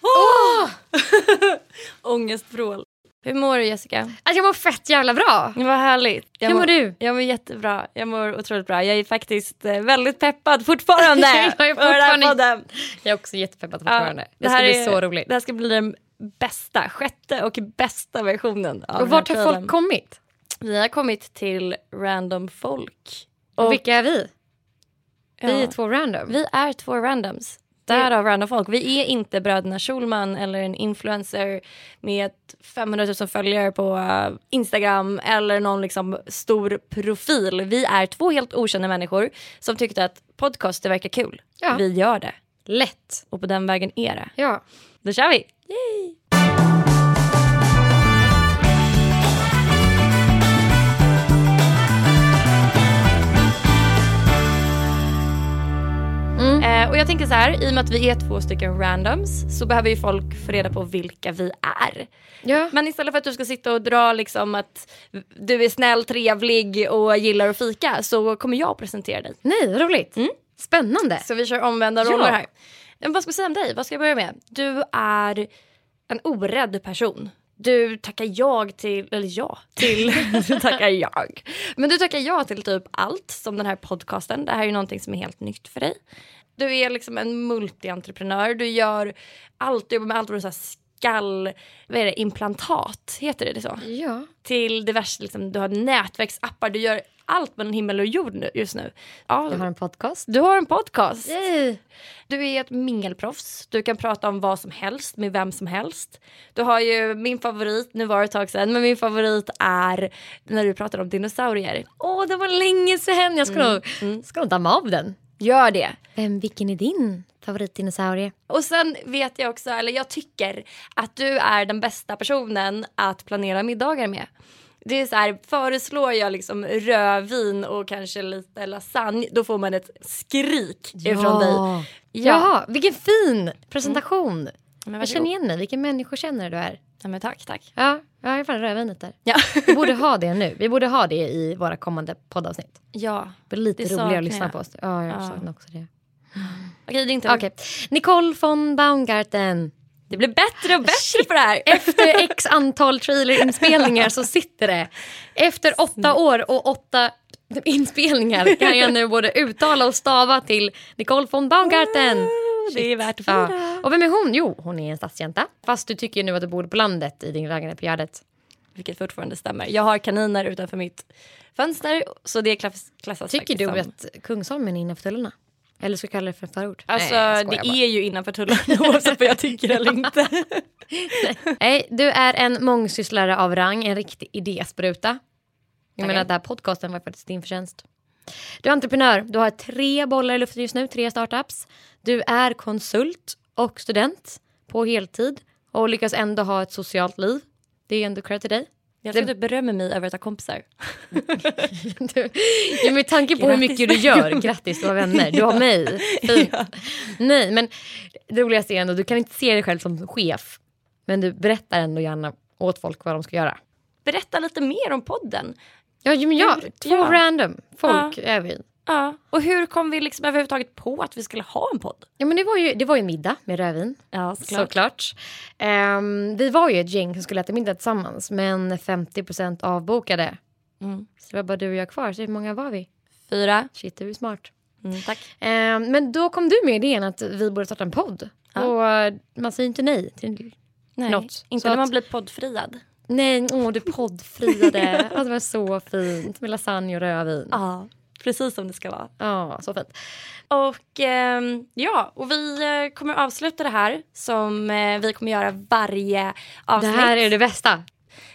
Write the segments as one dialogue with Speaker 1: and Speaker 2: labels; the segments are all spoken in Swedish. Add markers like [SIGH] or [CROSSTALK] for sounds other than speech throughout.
Speaker 1: Oh! Ångestvrål.
Speaker 2: Hur mår du Jessica?
Speaker 1: Alltså jag mår fett jävla bra.
Speaker 2: Vad härligt.
Speaker 1: Jag
Speaker 2: Hur mår du?
Speaker 1: Jag mår jättebra. Jag mår otroligt bra. Jag är faktiskt eh, väldigt peppad fortfarande.
Speaker 2: [LAUGHS] Jag är
Speaker 1: för den här
Speaker 2: fortfarande-
Speaker 1: podden.
Speaker 2: Jag är också jättepeppad
Speaker 1: Ja,
Speaker 2: fortfarande. det,
Speaker 1: här
Speaker 2: ska bli
Speaker 1: är-
Speaker 2: så roligt.
Speaker 1: Det här ska bli den bästa, sjätte och bästa versionen av
Speaker 2: Och vart
Speaker 1: den
Speaker 2: har
Speaker 1: här
Speaker 2: folk
Speaker 1: podden.
Speaker 2: kommit?
Speaker 1: Vi har kommit till random folk. Och-
Speaker 2: Vilka är vi? Vi är
Speaker 1: Ja.
Speaker 2: två random.
Speaker 1: Vi är två randoms. Därav random folk. Vi är inte bröderna Schulman eller en influencer med 500 000 följare på eh, Instagram eller någon liksom stor profil. Vi är två helt okända människor som tyckte att podcast det verkar kul.
Speaker 2: Ja.
Speaker 1: Vi gör det.
Speaker 2: Lätt.
Speaker 1: Och på den vägen är det.
Speaker 2: Ja.
Speaker 1: Då kör vi! Eh, och jag tänker så här, i och med att vi är två stycken randoms så behöver ju folk få reda på vilka vi är.
Speaker 2: ja.
Speaker 1: Men istället för att du ska sitta och dra liksom att du är snäll, trevlig och gillar att fika så kommer jag presentera dig.
Speaker 2: Nej, vad roligt. Spännande.
Speaker 1: Så vi kör omvända
Speaker 2: Ja.
Speaker 1: roller här. Men vad ska jag säga om dig? Vad ska jag börja med? Du är en orädd person. Du tackar jag till, eller ja, till, [LAUGHS] du tackar jag. Men du tackar ja till typ allt som den här podcasten. Det här är ju någonting som är helt nytt för dig. Du är liksom en multientreprenör. Du gör allt, du jobbar med allt från så här skall, vad är det, implantat, heter det så?
Speaker 2: Ja.
Speaker 1: Till diverse, liksom, du har nätverksappar, du gör allt mellan himmel och jord nu, just nu. Ja,
Speaker 2: Jag har en podcast.
Speaker 1: du har en podcast.
Speaker 2: Yay.
Speaker 1: Du är ett mingelproffs. Du kan prata om vad som helst med vem som helst. Du har ju min favorit, nu var det ett tag sedan, men min favorit är när du pratar om dinosaurier.
Speaker 2: Åh, det var länge sedan. Jag ska, nog, ska nog damma av den.
Speaker 1: Gör det!
Speaker 2: Vem, vilken är din favoritdinosaurie?
Speaker 1: Och sen vet jag också, eller jag tycker att du är den bästa personen att planera middagar med. Det är så här, föreslår jag liksom rödvin och kanske lite lasagne, då får man ett skrik ifrån dig.
Speaker 2: Ja. Mm. Jaha, vilken fin presentation.
Speaker 1: Men
Speaker 2: Jag
Speaker 1: varsågod.
Speaker 2: känner igen dig. Vilken människokännare du är.
Speaker 1: Ja, men tack, tack.
Speaker 2: Ja, jag har fan rödvinet där. [LAUGHS]
Speaker 1: Ja,
Speaker 2: Vi borde ha det nu. Vi borde ha det i våra kommande poddavsnitt.
Speaker 1: ja.
Speaker 2: Det blir lite
Speaker 1: Det
Speaker 2: roligare
Speaker 1: saknar
Speaker 2: att lyssna
Speaker 1: jag.
Speaker 2: på oss. Ja, jag
Speaker 1: Ja.
Speaker 2: saknar också det.
Speaker 1: okej din tur.
Speaker 2: Okej. Nicole von Baumgarten.
Speaker 1: Det blir bättre och bättre på det
Speaker 2: [LAUGHS]
Speaker 1: här.
Speaker 2: Efter x antal trailerinspelningar så sitter det. Efter åtta år och åtta inspelningar kan jag nu både uttala och stava till Nicole von Baumgarten.
Speaker 1: Det är värt att
Speaker 2: Ja.
Speaker 1: fira.
Speaker 2: Och vem är hon? Jo, hon är en stadsjänta. Fast du tycker ju nu att du bor på landet i din lägenhet på Gärdet.
Speaker 1: Vilket fortfarande stämmer. Jag har kaniner utanför mitt fönster så det klass, klassas
Speaker 2: Tycker
Speaker 1: faktiskt
Speaker 2: du
Speaker 1: som.
Speaker 2: att Kungsholmen är innanför tullarna? Eller ska vi kalla det för en förort?
Speaker 1: Alltså
Speaker 2: Nej, jag
Speaker 1: det
Speaker 2: skojar bara.
Speaker 1: är ju innanför tullarna [LAUGHS] oavsett vad jag tycker eller inte.
Speaker 2: [LAUGHS] Nej, du är en mångsysslare av rang, en riktig idéspruta. Jag
Speaker 1: Tackar.
Speaker 2: menar, den här podcasten var faktiskt din förtjänst. Du är entreprenör, du har tre bollar i luften just nu, tre startups. Du är konsult och student på heltid och lyckas ändå ha ett socialt liv. Det är ändå cred till dig. [LAUGHS]
Speaker 1: Jag tror du berömmer mig över att ha [LAUGHS] kompisar.
Speaker 2: Du, ja, med tanke på hur
Speaker 1: Grattis.
Speaker 2: mycket du gör, grattis du har vänner, du har [LAUGHS] mig. Fint. Nej men det roligaste är ändå, du kan inte se dig själv som chef. Men du berättar ändå gärna åt folk vad de ska göra.
Speaker 1: Berätta lite mer om podden.
Speaker 2: Ja, ju- men jag,
Speaker 1: Hur-
Speaker 2: två
Speaker 1: ja.
Speaker 2: random folk är vi.
Speaker 1: Ja. Och hur kom vi liksom överhuvudtaget på att vi skulle ha en podd?
Speaker 2: Ja, men det, var ju, det var ju middag med rödvin,
Speaker 1: Ja,
Speaker 2: såklart. Ehm, vi var ju ett gäng som skulle äta middag tillsammans, men 50 avbokade.
Speaker 1: Mm.
Speaker 2: Så det var bara du och jag kvar, så hur många var vi?
Speaker 1: Fyra.
Speaker 2: Shit, du är smart.
Speaker 1: Mm, tack.
Speaker 2: Eh, men då kom du med idén att vi borde starta en podd.
Speaker 1: Ja.
Speaker 2: Och eh, man säger inte nej till
Speaker 1: Nej,
Speaker 2: Något.
Speaker 1: inte
Speaker 2: Så
Speaker 1: när
Speaker 2: att-
Speaker 1: man blir poddfriad.
Speaker 2: Nej, åh du [LAUGHS] poddfriade. alltså, det var så fint med lasagne och rödvin. Ja,
Speaker 1: Ja, precis som det ska vara.
Speaker 2: så fint.
Speaker 1: Och ehm, ja, och vi eh, kommer avsluta det här som eh, vi kommer göra varje
Speaker 2: Det
Speaker 1: avsnitt.
Speaker 2: här är det bästa.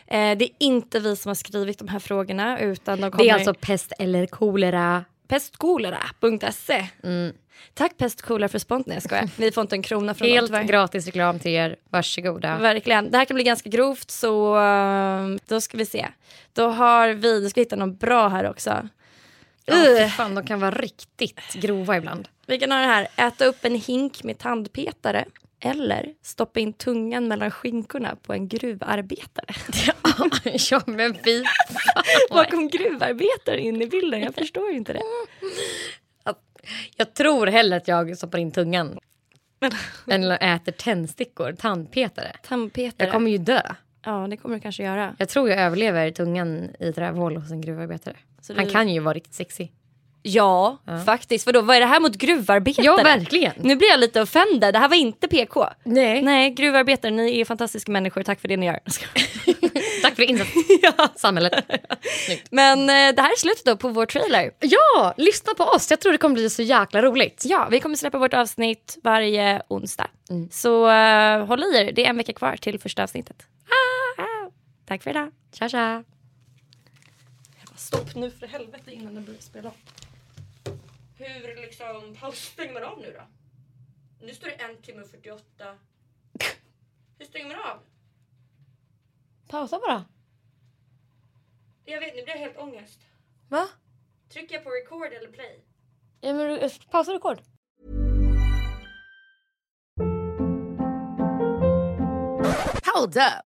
Speaker 1: Eh, det är inte vi som har skrivit de här frågorna utan de kommer...
Speaker 2: Det är alltså pest eller kolera.
Speaker 1: pestkolera.se.
Speaker 2: Mm.
Speaker 1: Tack pestkolera för spont. Nej jag
Speaker 2: [LAUGHS]
Speaker 1: skojar. Vi får inte en krona från
Speaker 2: Helt
Speaker 1: dem, tyvärr.
Speaker 2: gratis reklam till er. Varsågoda.
Speaker 1: Verkligen. Det här kan bli ganska grovt så ehm, då ska vi se. Då har vi, då ska vi hitta någon bra här också.
Speaker 2: Ja,
Speaker 1: Ugh.
Speaker 2: fy fan, de kan vara riktigt grova ibland.
Speaker 1: Vi kan ha det här, äta upp en hink med tandpetare eller stoppa in tungan mellan skinkorna på en
Speaker 2: [LAUGHS]
Speaker 1: gruvarbetare.
Speaker 2: [LAUGHS] ja, men fy
Speaker 1: Var kom gruvarbetare in i bilden? Jag förstår inte
Speaker 2: [LAUGHS]
Speaker 1: det.
Speaker 2: Jag tror hellre att jag stoppar in tungan. [LAUGHS] Än äter tändstickor, tandpetare.
Speaker 1: Tandpetare.
Speaker 2: Jag kommer ju dö.
Speaker 1: Ja, det kommer du kanske göra.
Speaker 2: Jag tror jag överlever tungan i ett rövhål hos en gruvarbetare.
Speaker 1: Så
Speaker 2: Han
Speaker 1: du-
Speaker 2: kan ju vara riktigt sexy.
Speaker 1: Ja, faktiskt. Vadå, vad är det här mot gruvarbetare?
Speaker 2: Ja, verkligen.
Speaker 1: Nu blir jag lite offended. Det här var inte PK.
Speaker 2: Nej.
Speaker 1: Nej, gruvarbetare, ni är fantastiska människor. Tack för det ni gör. Jag skojar.
Speaker 2: [LAUGHS] Tack för [LAUGHS] insats, samhället.
Speaker 1: Men eh, det här är slutet då på vår trailer.
Speaker 2: Ja, lyssna på oss. Jag tror det kommer bli så jäkla roligt.
Speaker 1: Ja, vi kommer släppa vårt avsnitt varje onsdag. Så eh, håll i er, det är en vecka kvar till första avsnittet. Ah, ah. Tack för idag.
Speaker 2: Tja, tja.
Speaker 1: Stopp nu för helvete innan den börjar spela. Hur liksom stänger man av nu då? Nu står det en timme och 48. Hur stänger man av?
Speaker 2: Pausa bara.
Speaker 1: Jag vet, nu blir jag helt ångest.
Speaker 2: Va?
Speaker 1: Trycker jag på record eller play?
Speaker 2: Ja, men, pausa rekord.
Speaker 3: Hold up.